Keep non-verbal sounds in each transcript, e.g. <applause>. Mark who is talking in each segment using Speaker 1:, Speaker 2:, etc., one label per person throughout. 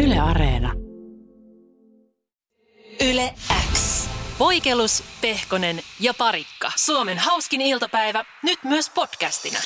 Speaker 1: Yle Areena.
Speaker 2: Yle X.
Speaker 3: Voikelus, Pehkonen ja Parikka. Suomen hauskin iltapäivä, nyt myös podcastina.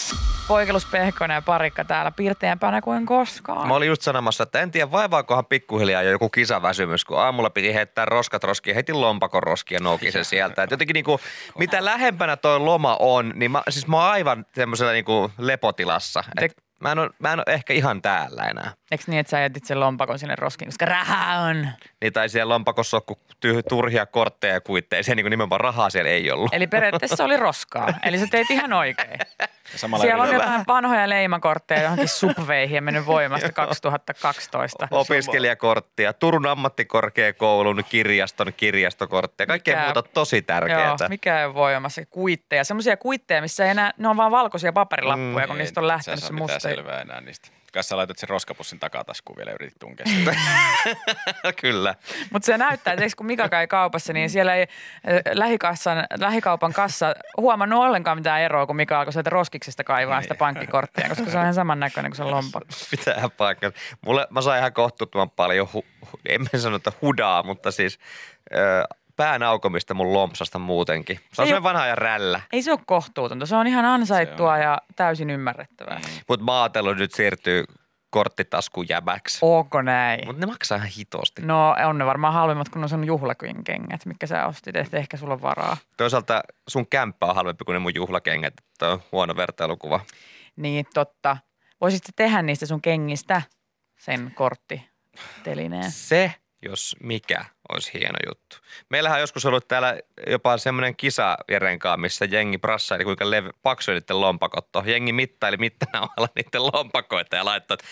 Speaker 4: Poikelus Pehkonen ja Parikka täällä pirteämpänä kuin koskaan.
Speaker 5: Mä olin just sanomassa, että en tiedä vaivaakohan pikkuhiljaa jo joku kisaväsymys, kun aamulla piti heittää roskat roskiin, heitin lompakon roskia noukin sen sieltä. Et jotenkin niinku, mitä lähempänä toi loma on, niin mä, siis mä oon aivan semmoisella niinku lepotilassa. Et
Speaker 4: Te-
Speaker 5: mä, en oo, mä en oo ehkä ihan täällä enää.
Speaker 4: Eikö niin, että sä jätit sen lompakon sinne roskiin, koska rahaa on?
Speaker 5: Niin tai siellä lompakossa on ku- tyh- turhia kortteja ja kuitteja, se niinku nimenomaan rahaa siellä ei ollut.
Speaker 4: Eli periaatteessa se oli roskaa. Eli sä teit ihan oikein.
Speaker 6: Ja Samalla
Speaker 4: Siellä on
Speaker 6: yritetään-
Speaker 4: jotain vanhoja leimakortteja johonkin subveihin ja mennyt voimasta
Speaker 6: <laughs>
Speaker 4: 2012.
Speaker 5: <laughs> Opiskelijakorttia, Turun ammattikorkeakoulun kirjaston kirjastokortteja, kaikkea
Speaker 4: Mikä-
Speaker 5: muuta tosi tärkeää.
Speaker 4: Joo, mikä ei ole voimassa. Kuitteja, semmoisia kuitteja, missä ei enää, ne on vaan valkoisia paperilappuja, kun
Speaker 6: Mm. Ei,
Speaker 4: niistä on
Speaker 6: sä
Speaker 4: lähtenyt
Speaker 6: saa
Speaker 4: se
Speaker 6: mitään
Speaker 4: musta.
Speaker 6: selvää enää niistä. Kas sä laitat sen roskapussin takataskuun vielä ja yritit tunkea sen.
Speaker 5: <laughs>
Speaker 4: Mm.
Speaker 6: <laughs>
Speaker 5: Kyllä.
Speaker 4: Mutta se näyttää, että eikö kun Mika käy kaupassa, niin siellä ei äh, lähikassan, lähikaupan kassa huomannut ollenkaan mitään eroa, kun Mika alkoi sieltä roskiksesta kaivaa
Speaker 6: Niin.
Speaker 4: sitä pankkikorttia, koska se on ihan samannäköinen kuin se lompakko.
Speaker 5: <laughs> Pitää paikkansa. Mulle, mä sain ihan kohtuuttoman paljon, hu, hu, en mä sano, että hudaa, mutta siis ö, pään aukomista mun lompsasta muutenkin. Se on
Speaker 4: Ei
Speaker 5: semmoinen
Speaker 4: oo-
Speaker 5: vanha ja rällä.
Speaker 4: Ei se ole kohtuutonta, se on ihan ansaittua
Speaker 6: Se on. Niin.
Speaker 4: ja täysin ymmärrettävää.
Speaker 5: Mutta mä oon ajatellut nyt siirtyy korttitaskujäbäksi.
Speaker 4: Onko näin?
Speaker 5: Mutta ne maksaa ihan hitosti.
Speaker 4: No on ne varmaan halvemmat kuin on sun juhlakyyn kengät, mitkä sä ostit, että ehkä sulla on varaa.
Speaker 5: Toisaalta sun kämppä on halvempi kuin ne mun juhlakengät. Tämä on huono vertailukuva.
Speaker 4: Niin totta. Voisit sä tehdä niistä sun kengistä sen korttitelineen?
Speaker 5: Se, jos mikä, olisi hieno juttu. Meillähän on joskus ollut täällä jopa semmoinen kisa Jerenkaan, missä jengi prassaili, kuinka lev- paksuja niiden lompakot on. Jengi mittaili <laughs> mittanaamalla niiden lompakoita ja laittoi, että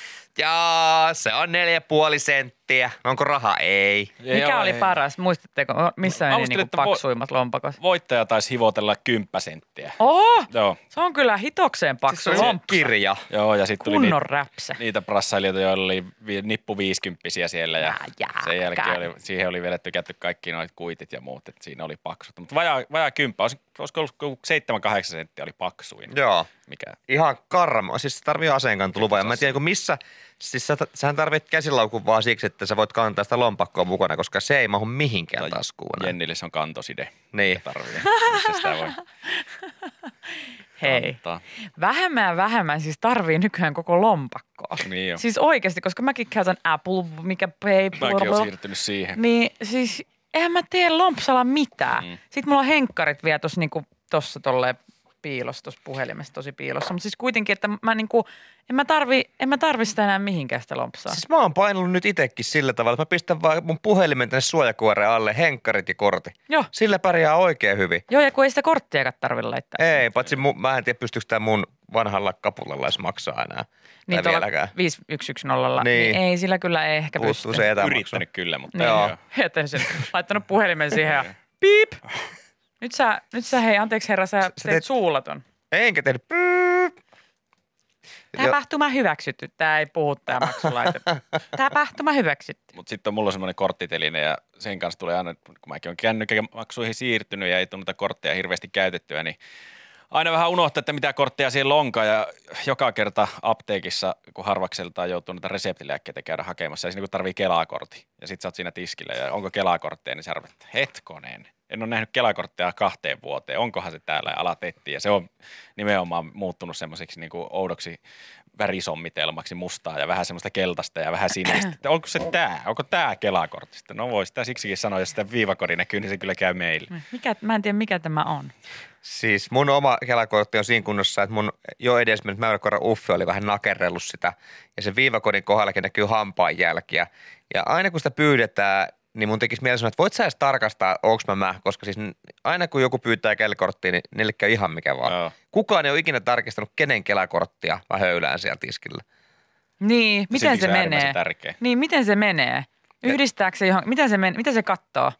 Speaker 5: jaa, se on neljä puoli senttiä. No onko raha? Ei.
Speaker 4: Mikä oli paras? Muistatteko, missä
Speaker 6: No, Mä
Speaker 4: meni
Speaker 6: muistelin,
Speaker 4: niinku
Speaker 6: että voi-
Speaker 4: paksuimmat lompakot?
Speaker 6: Voittaja taisi hivotella kymppasenttiä.
Speaker 4: Oh,
Speaker 6: Joo,
Speaker 4: se on kyllä hitokseen paksu
Speaker 5: Se
Speaker 4: siis
Speaker 5: on
Speaker 4: lompsa.
Speaker 5: kirja.
Speaker 6: joo ja sitten tuli niitä,
Speaker 4: Kunnon räpsä.
Speaker 6: niitä prassailijoita, joilla oli vi, nippu viisikymppisiä siellä ja
Speaker 4: Jaa, jaa,
Speaker 6: sen jälkeen
Speaker 4: kai.
Speaker 6: oli, siihen oli vielä tykätty kaikki noit kuitit ja muut, että siinä oli paksut. Mutta vajaa, vajaa kymppä, olisi- olisiko ollut joku 7-8 senttiä oli paksuin.
Speaker 5: Joo.
Speaker 6: Mikä?
Speaker 5: Ihan karma. Siis se tarvii aseenkantolupa. Ja mä en tiedä, kun missä, siis sä, sähän tarvit käsilaukun vaan siksi, että sä voit kantaa sitä lompakkoa mukana, koska se ei mahu mihinkään taskuun. enää.
Speaker 6: Jennille se on kantoside.
Speaker 5: Niin.
Speaker 6: Tarvii. Missä sitä voi
Speaker 4: <laughs> Hei.
Speaker 6: antaa?
Speaker 4: Vähemmän ja vähemmän siis tarvii nykyään koko lompakkoa.
Speaker 6: Niin jo.
Speaker 4: Siis oikeasti, koska mäkin käytän Apple, mikä Pay,
Speaker 6: Mäkin olen siirtynyt siihen.
Speaker 4: niin siis eihän mä tee lompsalla mitään. Mm.
Speaker 6: Mm.
Speaker 4: Sitten mulla on henkkarit vielä tuossa niinku, tossa tolleen piilossa, tuossa puhelimessa tosi piilossa. Mutta siis kuitenkin, että mä niinku, en mä tarvi, en mä tarvi sitä enää mihinkään sitä lompsaa.
Speaker 5: Siis mä oon painellut nyt itekin sillä tavalla, että mä pistän vaan mun puhelimen tänne suojakuoreen alle, henkkarit ja kortin.
Speaker 4: Joo.
Speaker 5: Sillä pärjää oikein hyvin.
Speaker 4: Joo, ja kun ei sitä korttiakaan tarvi laittaa.
Speaker 5: Ei, paitsi mu, mä en tiedä pystyykö tämä mun vanhalla kapulalla edes maksaa enää.
Speaker 4: niin
Speaker 5: Niin
Speaker 4: tuolla
Speaker 5: vieläkään.
Speaker 4: 5110, niin.
Speaker 5: Niin.
Speaker 4: niin ei sillä kyllä ei ehkä
Speaker 5: Puuttuu
Speaker 4: pysty.
Speaker 5: se etämaksu.
Speaker 6: Yrittänyt kyllä, mutta
Speaker 5: Niin.
Speaker 6: ei
Speaker 5: Joo.
Speaker 6: oo.
Speaker 4: <laughs> Että sen laittanut puhelimen siihen ja piip. Nyt sä, nyt sä hei, anteeksi herra, sä, sä teet
Speaker 5: teet-
Speaker 4: suulla ton.
Speaker 5: Enkä tehnyt. pyy- Joo.
Speaker 4: Tapahtuma hyväksytty. Tää ei puhu tää maksulaite. Tapahtuma hyväksytty.
Speaker 6: Mutta sitten mulla on semmoinen korttiteline ja sen kanssa tulee aina, kun mäkin olen kännykkämaksuihin siirtynyt ja ei tule noita kortteja hirveästi käytettyä, niin aina vähän unohtaa, että mitä kortteja siellä onkaan ja joka kerta apteekissa, kun harvakseltaan joutuu noita reseptilääkkeitä käydä hakemassa ja siinä kun tarvii Kelaa-kortti ja sit sä oot siinä tiskillä ja onko Kelaa-kortteja, niin sä arvelet, että hetkonen, en ole nähnyt Kelakortteja kahteen vuoteen, onkohan se täällä ja alat etsiä. Ja se on nimenomaan muuttunut semmoiseksi niin oudoksi värisommitelmaksi mustaa ja vähän semmoista keltaista ja vähän sinistä. Että onko se tämä? Onko tämä Kelakortista? No voi sitä siksikin sanoa, jos sitä viivakori näkyy, niin se kyllä käy meille.
Speaker 4: Mikä, mä en tiedä mikä tämä on.
Speaker 5: Siis mun oma kelakortti on siinä kunnossa, että mun jo edes mennyt mäyräkoiran uffi oli vähän nakerrellut sitä. Ja se viivakodin kohdallakin näkyy hampaan jälkiä. Ja aina kun sitä pyydetään, niin mun tekisi mielessä, että voit sä edes tarkastaa, onks mä mä. Koska siis n- aina kun joku pyytää kelakorttia, niin niille käy ihan mikä vaan.
Speaker 6: Joo.
Speaker 5: Kukaan ei ole ikinä tarkistanut, kenen kelakorttia mä höylään siellä tiskillä.
Speaker 4: Niin, miten
Speaker 6: Sekin
Speaker 4: se
Speaker 6: on äärimmäisen
Speaker 4: menee?
Speaker 6: tärkeä.
Speaker 4: Niin, miten se menee? Yhdistääkö se johon, miten se, men, mitä se kattoo?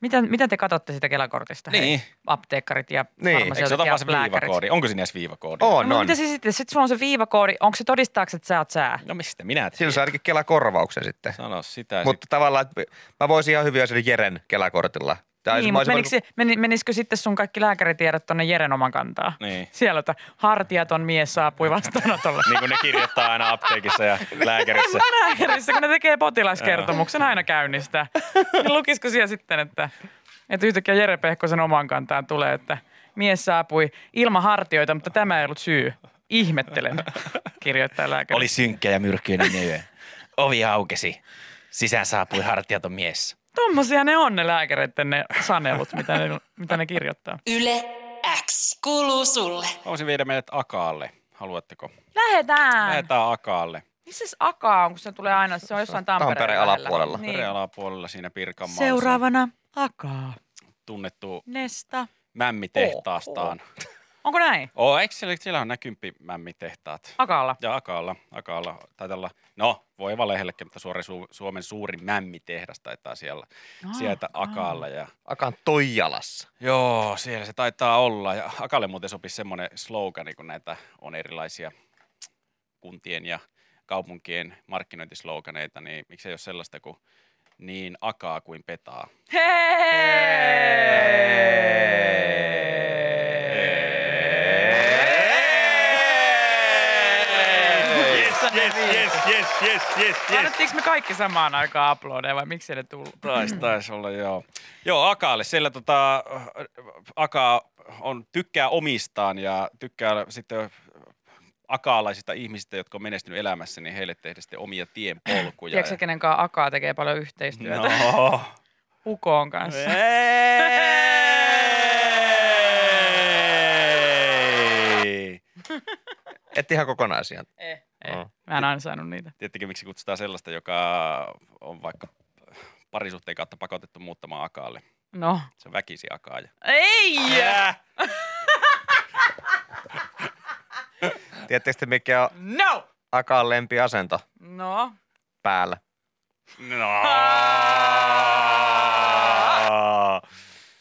Speaker 4: Mitä, mitä te katsotte sitä Kelakortista? hei?
Speaker 6: Niin.
Speaker 4: apteekkarit ja
Speaker 5: Niin.
Speaker 6: Eikö se
Speaker 4: farmaseutit
Speaker 6: ota
Speaker 4: ja
Speaker 6: vaan se
Speaker 4: lääkärit.
Speaker 6: viivakoodi? Onko siinä edes viivakoodi?
Speaker 5: On,
Speaker 4: No,
Speaker 5: on.
Speaker 4: mitä se sitten? Sitten sulla on se viivakoodi. Onko se todistaakseni, että sä oot sää?
Speaker 6: No mistä minä tiedän?
Speaker 5: Silloin saa ainakin kelakorvauksen sitten.
Speaker 6: Sano sitä.
Speaker 5: Mutta tavallaan, että mä voisin ihan hyvin olla sillä Jeren kelakortilla Tää olisi-
Speaker 4: niin,
Speaker 5: mä
Speaker 4: mutta
Speaker 5: olisin
Speaker 4: menikö, se- meni, menisikö sitten sun kaikki lääkäritiedot tonne Jeren oman kantaa?
Speaker 6: Niin.
Speaker 4: <laughs> Siellä, että hartiaton mies saapui vastaanotolle.
Speaker 6: Niin kuin ne kirjoittaa aina apteekissa <laughs> ja <laughs> lääkärissä.
Speaker 4: Lääkärissä, kun ne tekee potilaskertomuksen aina käynnistä. Niin lukisiko siellä sitten, että, että yhtäkkiä Jere Pehkosen oman kantaan tulee, että mies saapui ilman hartioita, mutta tämä ei ollut syy. Ihmettelen, kirjoittaa lääkäri.
Speaker 6: Oli synkkä ja myrkkyinen yö. Ovi aukesi. Sisään saapui hartiaton mies.
Speaker 4: Tommosia ne on ne lääkäreiden ne sanelut, mitä ne, mitä ne kirjoittaa.
Speaker 3: Yle X kuuluu sulle.
Speaker 6: Voisin viedä meidät Akaalle. Haluatteko?
Speaker 4: Lähetään!
Speaker 6: Lähetään Akaalle.
Speaker 4: Missä se Aka on, kun se tulee aina, se on jossain Tampereen,
Speaker 5: Tampereen
Speaker 4: lähellä.
Speaker 5: alapuolella.
Speaker 6: Niin. alapuolella siinä Pirkanmaalla. se on
Speaker 4: Seuraavana Akaa.
Speaker 6: Tunnettu
Speaker 4: Nesta.
Speaker 6: mämmitehtaastaan.
Speaker 4: Onko näin?
Speaker 6: Oo, eikö siellä, siellä on nämä kymppimämmitehtaat?
Speaker 4: Akalla.
Speaker 6: Ja Akaalla, Akaalla taitaa olla, no voi valehdellekin, mutta suori Su- Suomen suurin mämmitehdas taitaa siellä,
Speaker 4: Ah,
Speaker 6: sieltä
Speaker 4: ah.
Speaker 6: Akaalla. Ja,
Speaker 5: Akan Toijalassa.
Speaker 6: joo, siellä se taitaa olla. Ja Akalle muuten sopisi semmoinen slogani, kun näitä on erilaisia kuntien ja kaupunkien markkinointisloganeita, niin miksei ole sellaista kuin niin akaa kuin petaa. yes, yes, yes,
Speaker 4: Annettiinko me kaikki samaan aikaan aplodeja vai miksi ei ne tullut?
Speaker 6: Taisi, taisi olla, joo. Joo, Akaalle. Siellä tota, äh, Aka on, tykkää omistaan ja tykkää sitten akaalaisista ihmisistä, jotka on menestynyt elämässä, niin heille tehdä sitten omia tienpolkuja.
Speaker 4: Tiedätkö sä, kenen kanssa Akaa tekee paljon yhteistyötä?
Speaker 6: No. Eh.
Speaker 4: Ukoon kanssa.
Speaker 6: Ei.
Speaker 5: Et ihan kokonaan siihen.
Speaker 4: Eh, eh.
Speaker 5: Oh.
Speaker 4: Mä en ansainnut niitä.
Speaker 6: Tiedättekö, miksi kutsutaan sellaista, joka on vaikka parisuhteen kautta pakotettu muuttamaan Akaalle?
Speaker 4: No.
Speaker 6: Se on väkisi Akaaja.
Speaker 4: Ei!
Speaker 6: Yeah.
Speaker 5: Tiedättekö te, mikä on
Speaker 4: No!
Speaker 5: Akan lempiasento
Speaker 4: No.
Speaker 5: päällä?
Speaker 6: No.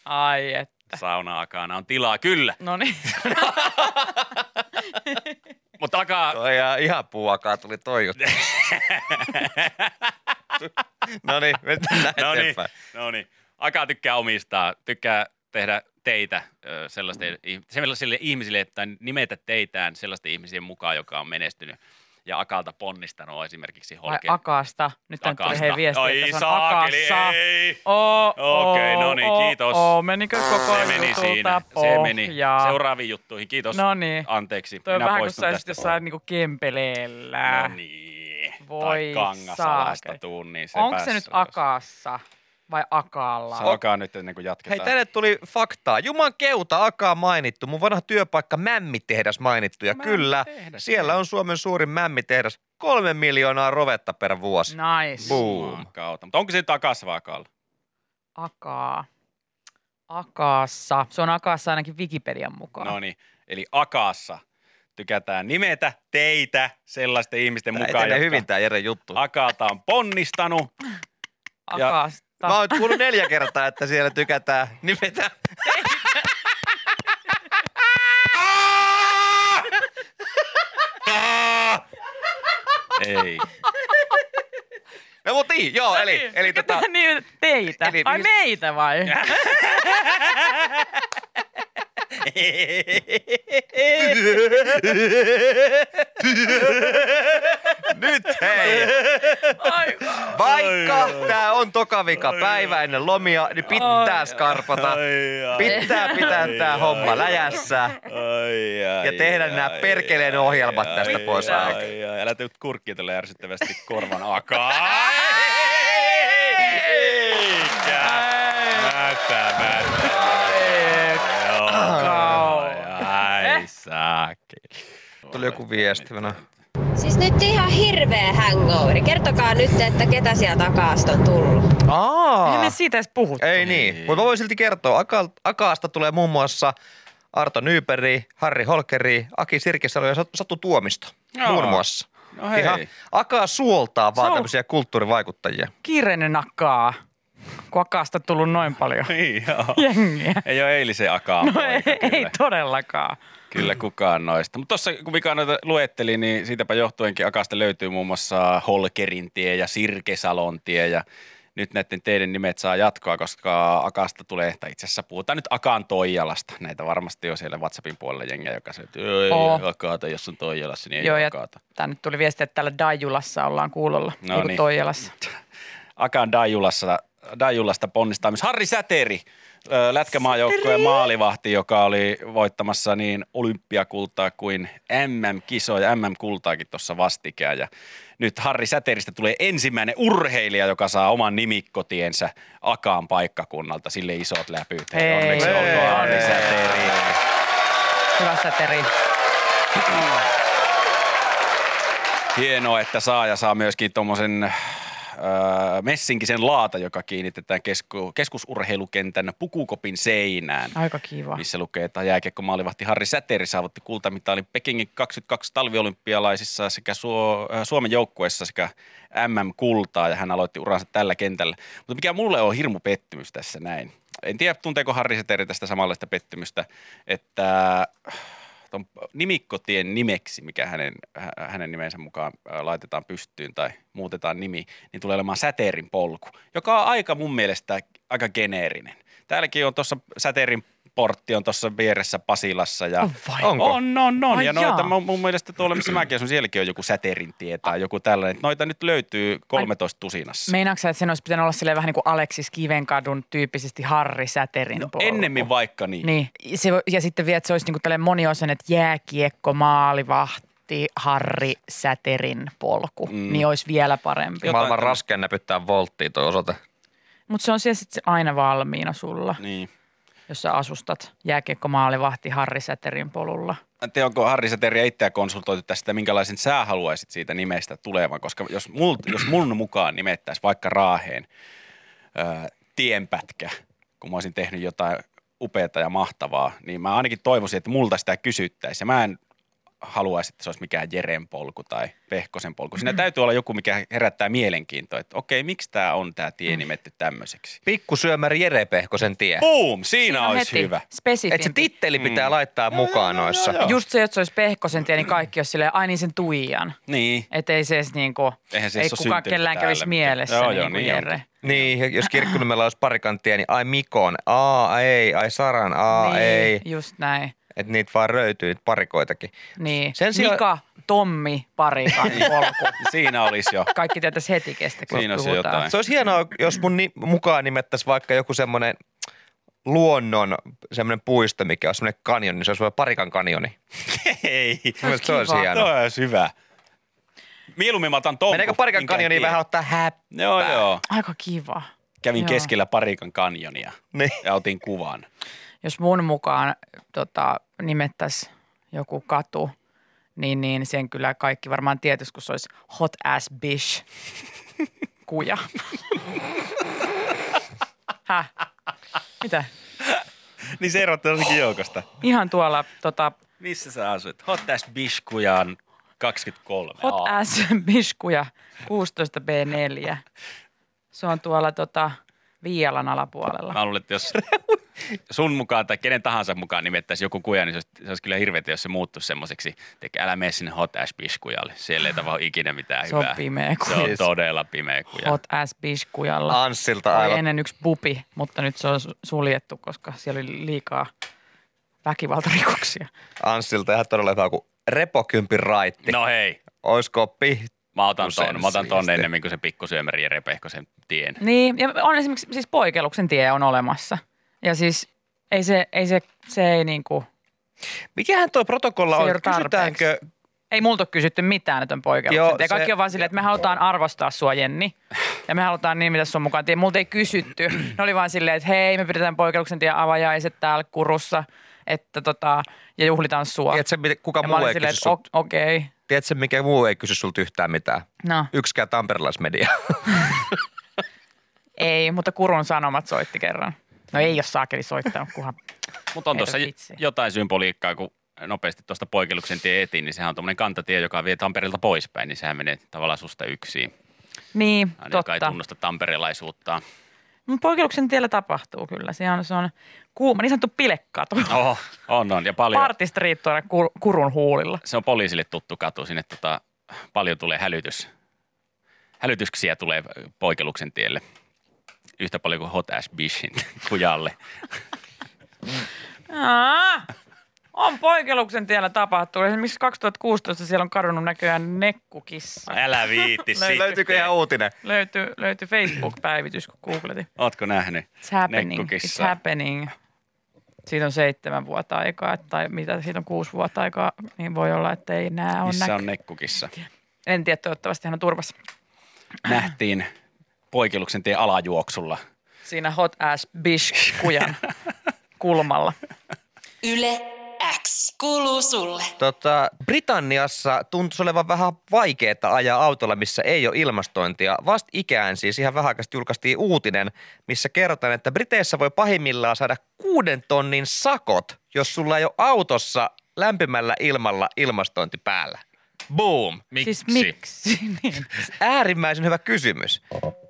Speaker 4: Ai et.
Speaker 6: Sauna Akaana on tilaa, kyllä.
Speaker 4: No <laughs> niin.
Speaker 6: Mutta Akaa...
Speaker 5: Toi ihan- ihan puuakaa tuli toi
Speaker 6: <laughs>
Speaker 5: juttu. no niin, mennään
Speaker 6: No niin,
Speaker 5: eteenpäin.
Speaker 6: no niin. Akaa tykkää omistaa, tykkää tehdä teitä ö, sellaisten,
Speaker 4: Mm.
Speaker 6: ih- sellaisille ihmisille, että nimetä teitään sellaisten ihmisien mukaan, joka on menestynyt ja Akalta ponnistanut esimerkiksi
Speaker 4: Vai
Speaker 6: Holke.
Speaker 4: Akasta. Nyt tän tuli hei viesti,
Speaker 6: Ai
Speaker 4: että se on
Speaker 6: saakeli,
Speaker 4: Akassa.
Speaker 6: ei.
Speaker 4: Oo,
Speaker 6: Okei,
Speaker 4: oo,
Speaker 6: no niin,
Speaker 4: oo,
Speaker 6: kiitos.
Speaker 4: Oo, menikö koko
Speaker 6: Se meni
Speaker 4: jutulta
Speaker 6: siinä, se
Speaker 4: pohjaan?
Speaker 6: meni. Seuraaviin juttuihin, kiitos.
Speaker 4: No niin.
Speaker 6: Anteeksi,
Speaker 4: Toi on
Speaker 6: minä
Speaker 4: vähän kuin
Speaker 6: poistun
Speaker 4: saisit
Speaker 6: tästä.
Speaker 4: jossain niinku kempeleellä.
Speaker 6: No niin.
Speaker 4: Äh, Voi
Speaker 6: tai kangasalasta
Speaker 4: saakeli.
Speaker 6: tuun, niin se
Speaker 4: Onko se
Speaker 6: pääsi
Speaker 4: nyt
Speaker 6: ulos.
Speaker 4: Akassa vai Akalla?
Speaker 6: Sanokaa nyt ennen kuin
Speaker 5: Hei,
Speaker 6: jatketaan.
Speaker 5: tänne tuli faktaa. Juman keuta Akaa mainittu, mun vanha työpaikka Mämmitehdas mainittu. Ja kyllä,
Speaker 6: Mämmitehdas.
Speaker 5: siellä on Suomen suurin Mämmitehdas. Kolme miljoonaa rovetta per vuosi.
Speaker 6: No.
Speaker 4: Nice.
Speaker 5: Boom.
Speaker 6: Kautta. Mutta onko se nyt Akassa vai Akalla?
Speaker 4: Akaa. Akassa. Se on Akassa ainakin Wikipedian mukaan.
Speaker 6: No niin, eli Akassa tykätään nimetä teitä sellaisten ihmisten
Speaker 5: Tää
Speaker 6: mukaan,
Speaker 5: etenee hyvin tää Jere juttu.
Speaker 6: Akalta on
Speaker 5: <laughs>
Speaker 6: ponnistanut. niin, ja-
Speaker 4: Akasta.
Speaker 5: Mä oon kuullut neljä kertaa, että siellä tykätään Niin nimetä.
Speaker 6: Ei.
Speaker 4: <laughs>
Speaker 5: No mut niin, joo, eli, eli tota,
Speaker 4: Tykätään niin teitä.
Speaker 5: eli
Speaker 4: Ai
Speaker 5: mis-
Speaker 4: meitä vai?
Speaker 5: <laughs> nyt hei.
Speaker 4: Ai,
Speaker 5: Vaikka tää on toka vika päivä ennen lomia, niin pitää skarpata. Pitää pitää tää homma läjässä. Ja tehdä nää perkeleen ohjelmat tästä pois
Speaker 4: ai,
Speaker 5: alkaen.
Speaker 6: ai, ai, Älä tee kurkkiin tällä järsyttävästi korvan
Speaker 5: <laughs>
Speaker 6: akaa. Eikä. Mätä, mätä. Joo. Ai saakeli.
Speaker 5: Tuli joku viesti. No.
Speaker 1: Siis nyt ihan hirveä hangoveri. Kertokaa nyt, että ketä sieltä takaasta on
Speaker 4: <laughs>
Speaker 1: tullut.
Speaker 4: Eihän
Speaker 5: Aa.
Speaker 4: me siitä edes puhuttu.
Speaker 5: Ei niin, mutta mä voin silti kertoa. Aka, Akaasta tulee muun muassa Arto Nyyperi, Harri Holkeri, Aki Sirkisalo ja Sat- Satu Tuomisto.
Speaker 6: Joo.
Speaker 5: Muun muassa.
Speaker 6: No hei.
Speaker 5: Ihan Akaa suoltaa vaan
Speaker 4: Se on-
Speaker 5: tämmöisiä kulttuurivaikuttajia.
Speaker 4: Kiireinen Akaa. Kun Akasta on tullut noin paljon
Speaker 6: Niin, joo.
Speaker 4: jengiä.
Speaker 6: Ei ole eilisen akaan
Speaker 4: No
Speaker 6: poika,
Speaker 4: ei, ei
Speaker 6: kyllä.
Speaker 4: todellakaan.
Speaker 6: kyllä kukaan noista. Mutta tuossa kun Mika noita luetteli, niin siitäpä johtuenkin Akasta löytyy muun muassa Holkerin tie ja Sirkesalon tie ja nyt näiden teidän nimet saa jatkoa, koska Akasta tulee, tai itse asiassa puhutaan nyt Akaan Toijalasta. Näitä varmasti on siellä WhatsAppin puolella jengiä, joka sanoo, että ei
Speaker 4: Oo.
Speaker 6: ole Akaata, jos on Toijalassa, niin ei
Speaker 4: Joo,
Speaker 6: ole
Speaker 4: ja
Speaker 6: Akaata.
Speaker 4: tänne tuli viesti, että täällä Dajulassa ollaan kuulolla,
Speaker 6: No
Speaker 4: no niin kuin
Speaker 6: niin.
Speaker 4: Toijalassa.
Speaker 6: Akan Dajulassa, Dajulasta ponnistaa myös Harri Säteri, ö, lätkämaajoukkueen maalivahti, joka oli voittamassa niin olympiakultaa kuin MM-kisoja, MM-kultaakin tuossa vastikään. Ja nyt Harri Säteristä tulee ensimmäinen urheilija, joka saa oman nimikkotiensä Akaan paikkakunnalta. Sille isot läpyt. Hei,
Speaker 4: Hei.
Speaker 6: Onneksi olkoon Harri
Speaker 4: Hei.
Speaker 6: Säteri.
Speaker 4: Hyvä säteri.
Speaker 6: Hienoa, että saaja saa myöskin tuommoisen äh, messinkisen laata, joka kiinnitetään kesku, keskusurheilukentän pukukopin seinään.
Speaker 4: Aika kiva.
Speaker 6: Missä lukee, että jääkiekkomaalivahti Harri Säteri saavutti kultamitalin Pekingin 22 talviolympialaisissa sekä Suo, äh, Suomen joukkueessa sekä MM-kultaa ja hän aloitti uransa tällä kentällä. Mutta mikä mulle on hirmu pettymys tässä näin. En tiedä, tunteeko Harri Säteri tästä samanlaista pettymystä, että ton nimikkotien nimeksi, mikä hänen, hä- hänen nimensä mukaan äh, laitetaan pystyyn tai muutetaan nimi, niin tulee olemaan Säterin polku, joka on aika mun mielestä aika geneerinen. Täälläkin on tuossa Säterin portti on tuossa vieressä Pasilassa ja
Speaker 4: On No vai?
Speaker 5: Onko?
Speaker 6: on, on, on.
Speaker 4: Oh, Ai
Speaker 6: ja
Speaker 4: jaa.
Speaker 6: noita, mun, mun mielestä tuolla, missä mäkin asun, sielläkin on joku Säterin tie tai joku tällainen. Noita nyt löytyy 13 tusinassa.
Speaker 4: Meinaatko sä, että sen olisi pitänyt olla silleen vähän niin kuin Aleksis Kivenkadun tyyppisesti Harri Säterin
Speaker 6: No,
Speaker 4: polku?
Speaker 6: ennemmin vaikka niin.
Speaker 4: Niin. Se, vo- ja sitten vielä, että se olisi niin kuin tällainen moniosainen, että jääkiekko, maalivahti, Harri Säterin polku.
Speaker 6: Mm.
Speaker 4: Mm. Niin olisi vielä parempi.
Speaker 6: Joo.
Speaker 5: Maailman
Speaker 6: tämmöistä.
Speaker 5: raskein näpyttää volttiin tuo osoite.
Speaker 4: Mutta se on siellä sitten aina valmiina sulla,
Speaker 6: niin.
Speaker 4: jos sä asustat jääkiekko, maalivahti, Harri Säterin polulla.
Speaker 6: En tiedä, onko Harri Säteriä itseä konsultoitu tästä, minkälaisen sä haluaisit siitä nimestä tulevan, koska jos, mult, jos mun mukaan nimettäisiin vaikka Raaheen ö, tienpätkä, kun mä olisin tehnyt jotain upeata ja mahtavaa, niin mä ainakin toivoisin, että multa sitä kysyttäisiin. Ja mä en haluaisi, että se olisi mikään Jeren polku tai Pehkosen polku. Siinä täytyy olla joku, mikä herättää mielenkiintoa, että okei, miksi tämä on tämä
Speaker 4: Mm.
Speaker 6: tie nimetty tämmöiseksi.
Speaker 5: Pikkusyömäri Jere Pehkosen tie.
Speaker 6: Boom! Siinä, Siinä
Speaker 4: on
Speaker 6: No, olisi
Speaker 4: No heti
Speaker 6: hyvä.
Speaker 5: Et
Speaker 4: Spesifimpi.
Speaker 5: se titteli pitää laittaa mukaan noissa.
Speaker 6: Mm. joo.
Speaker 4: Just se, että se olisi Pehkosen tie, niin kaikki olisi silleen, ai niin sen tuijan.
Speaker 6: Niin.
Speaker 4: Että ei se edes niinku,
Speaker 6: Eihän se
Speaker 4: ei
Speaker 6: edes ole
Speaker 4: kukaan
Speaker 6: syntynyt
Speaker 4: kellään
Speaker 6: täällä
Speaker 4: kävisi
Speaker 6: mitään.
Speaker 4: mielessä joo,
Speaker 6: Joo,
Speaker 4: niin,
Speaker 6: joo,
Speaker 4: joo, niin
Speaker 6: niin onkin.
Speaker 4: Jere.
Speaker 5: Niin, ja jos kirkkonumella olisi pari kanttia, niin ai Mikon, aa ei, ai Saran, aa
Speaker 4: niin,
Speaker 5: ei.
Speaker 4: Just näin.
Speaker 5: Että niitä vaan löytyy, niitä parikoitakin.
Speaker 4: Niin.
Speaker 5: Sen
Speaker 4: Sen
Speaker 5: sijaan-
Speaker 4: sijaan... Mika, Tommi,
Speaker 6: <laughs>
Speaker 4: Parikan polku.
Speaker 6: Siinä olisi jo.
Speaker 4: Kaikki tietäisi heti, kestä kun
Speaker 6: Siinä on se
Speaker 4: puhutaan.
Speaker 6: jotain.
Speaker 5: Se olisi hienoa, jos mun ni- mukaan nimettäisiin vaikka joku semmoinen luonnon semmoinen puisto, mikä on semmoinen kanjoni, niin se olisi vaan parikan kanjoni.
Speaker 6: <laughs> Ei.
Speaker 5: Mun mielestä se olisi
Speaker 4: kiva.
Speaker 5: hienoa.
Speaker 6: Toi olisi hyvä. Mieluummin mä otan tompun.
Speaker 5: Meneekö parikan
Speaker 6: minkään
Speaker 5: kanjoniin
Speaker 6: tien.
Speaker 5: vähän ottaa häppää?
Speaker 6: Joo, joo.
Speaker 4: Aika kiva.
Speaker 6: Kävin
Speaker 4: Joo.
Speaker 6: keskellä parikan kanjonia
Speaker 5: Niin.
Speaker 6: ja otin kuvan.
Speaker 4: Jos mun mukaan tota, nimettäisiin joku katu, niin, niin sen kyllä kaikki varmaan tietäisi, kun se olisi hot ass
Speaker 6: <laughs>
Speaker 4: bish kuja. Häh? Mitä?
Speaker 6: Niin se erotti jossakin joukosta.
Speaker 4: Ihan tuolla tota,
Speaker 6: Missä sä asut? Hot Ass Bishkujan 23.
Speaker 4: Hot
Speaker 6: Aa.
Speaker 4: ass biskuja 16B4. Se on tuolla tota, Viialan alapuolella.
Speaker 6: Mä luulen, että jos sun mukaan tai kenen tahansa mukaan nimettäisiin joku kuja, niin se olisi, se olisi kyllä hirveätä, jos se muuttuisi semmoiseksi. Teke, älä mene sinne Hot Ash Bishkujalle. Siellä ei tapahdu ikinä mitään
Speaker 4: Se on
Speaker 6: hyvää.
Speaker 4: pimeä
Speaker 6: Se
Speaker 4: kuja.
Speaker 6: on todella pimeä kuja.
Speaker 4: Hot ass biskujalla.
Speaker 5: Anssilta
Speaker 4: Oli
Speaker 5: aivan.
Speaker 4: ennen yksi pupi, mutta nyt se on su- suljettu, koska siellä oli liikaa väkivaltarikoksia.
Speaker 5: Anssilta ihan todella hyvä, kun repokympi raitti. No.
Speaker 6: No hei,
Speaker 5: Oisko pih...
Speaker 6: mä otan
Speaker 5: Usein
Speaker 6: ton, mä otan ton
Speaker 5: siisti.
Speaker 6: ennemmin kuin se pikkusyömeri ja repehkosen tien.
Speaker 4: Niin, ja on esimerkiksi siis poikeluksen tie on olemassa. Ja siis ei se, ei se, se ei niinku,
Speaker 5: Mikähän tuo protokolla
Speaker 4: Se
Speaker 5: on?
Speaker 4: ei ole tarpeeksi.
Speaker 5: Kysytäänkö
Speaker 4: ei multa ole kysytty mitään tämän
Speaker 5: Joo,
Speaker 4: poikeluksen. Ja kaikki
Speaker 5: se-
Speaker 4: on vaan silleen, että me halutaan arvostaa sua Jenni. Ja me halutaan niin, mitä sun mukaan. Tiedä, multa ei kysytty. Ne oli vaan silleen, että hei, me pidetään poikeluksen tien avajaiset täällä kurussa. Että tota, ja juhlitaan sua.
Speaker 5: Tiedätkö, mitä- kuka
Speaker 4: ja mä
Speaker 5: muu
Speaker 4: olin
Speaker 5: ei
Speaker 4: silleen,
Speaker 5: kysy
Speaker 4: että
Speaker 5: sut,
Speaker 4: ok- okei. Okay.
Speaker 5: tiedätkö, mikä muu ei kysy sulta yhtään mitään?
Speaker 4: No,
Speaker 5: Yksikään tamperilaismedia.
Speaker 4: ei, mutta Kurun Sanomat soitti kerran. No ei jos saakeli soittanut, kunhan.
Speaker 6: Mutta on
Speaker 4: Ei
Speaker 6: tuossa
Speaker 4: tos
Speaker 6: j-
Speaker 4: vitsiä.
Speaker 6: jotain symboliikkaa, kun nopeasti tuosta poikeluksen tie etiin, niin sehän on tuommoinen kantatie, joka vie Tampereelta poispäin, niin sehän menee tavallaan susta yksiin.
Speaker 4: Niin,
Speaker 6: Aina joka ei
Speaker 4: totta.
Speaker 6: tunnusta tamperelaisuuttaan.
Speaker 4: Mut Poikeluksen tiellä tapahtuu kyllä. Se on, se on kuuma, niin sanottu pilekatu.
Speaker 6: Oho, on, on. Ja paljon,
Speaker 4: Party Street tuolla Kur- Kurun huulilla.
Speaker 6: se on poliisille tuttu katu, sinne tota, paljon tulee hälytys. Hälytyksiä tulee poikeluksen tielle. yhtä paljon kuin hot ass bishin <laughs> kujalle.
Speaker 4: Aa, on poikeluksen tiellä tapahtuu. Esimerkiksi 2016 siellä on kadonnut näköjään nekkukissa.
Speaker 6: Älä viitti
Speaker 4: Löytyy.
Speaker 6: sitten.
Speaker 5: Löytyykö ihan uutinen?
Speaker 4: Löytyy, löytyy Facebook-päivitys, kun googletin.
Speaker 6: Ootko nähnyt?
Speaker 4: It's happening. It's
Speaker 6: Nekkukissa.
Speaker 4: happening. Siitä on seitsemän vuotta aikaa, tai mitä siitä on kuusi vuotta aikaa, niin voi olla, että ei nämä ole
Speaker 6: Missä
Speaker 4: näky-
Speaker 6: on nekkukissa?
Speaker 4: En tiedä, toivottavasti hän on turvassa.
Speaker 6: Nähtiin poikeluksen tien alajuoksulla.
Speaker 4: Siinä hot ass bish kujan kulmalla.
Speaker 3: Yle X. Kuuluu sulle.
Speaker 5: Tota, Britanniassa tuntuisi olevan vähän vaikeaa ajaa autolla, missä ei ole ilmastointia. Vast ikään siis ihan vähän aikaa sitten julkaistiin uutinen, missä kerrotaan, että Briteissä voi pahimmillaan saada kuuden tonnin sakot, jos sulla ei ole autossa lämpimällä ilmalla ilmastointi päällä. Boom!
Speaker 6: Miksi?
Speaker 4: Siis miksi? <laughs> niin.
Speaker 5: Äärimmäisen hyvä kysymys.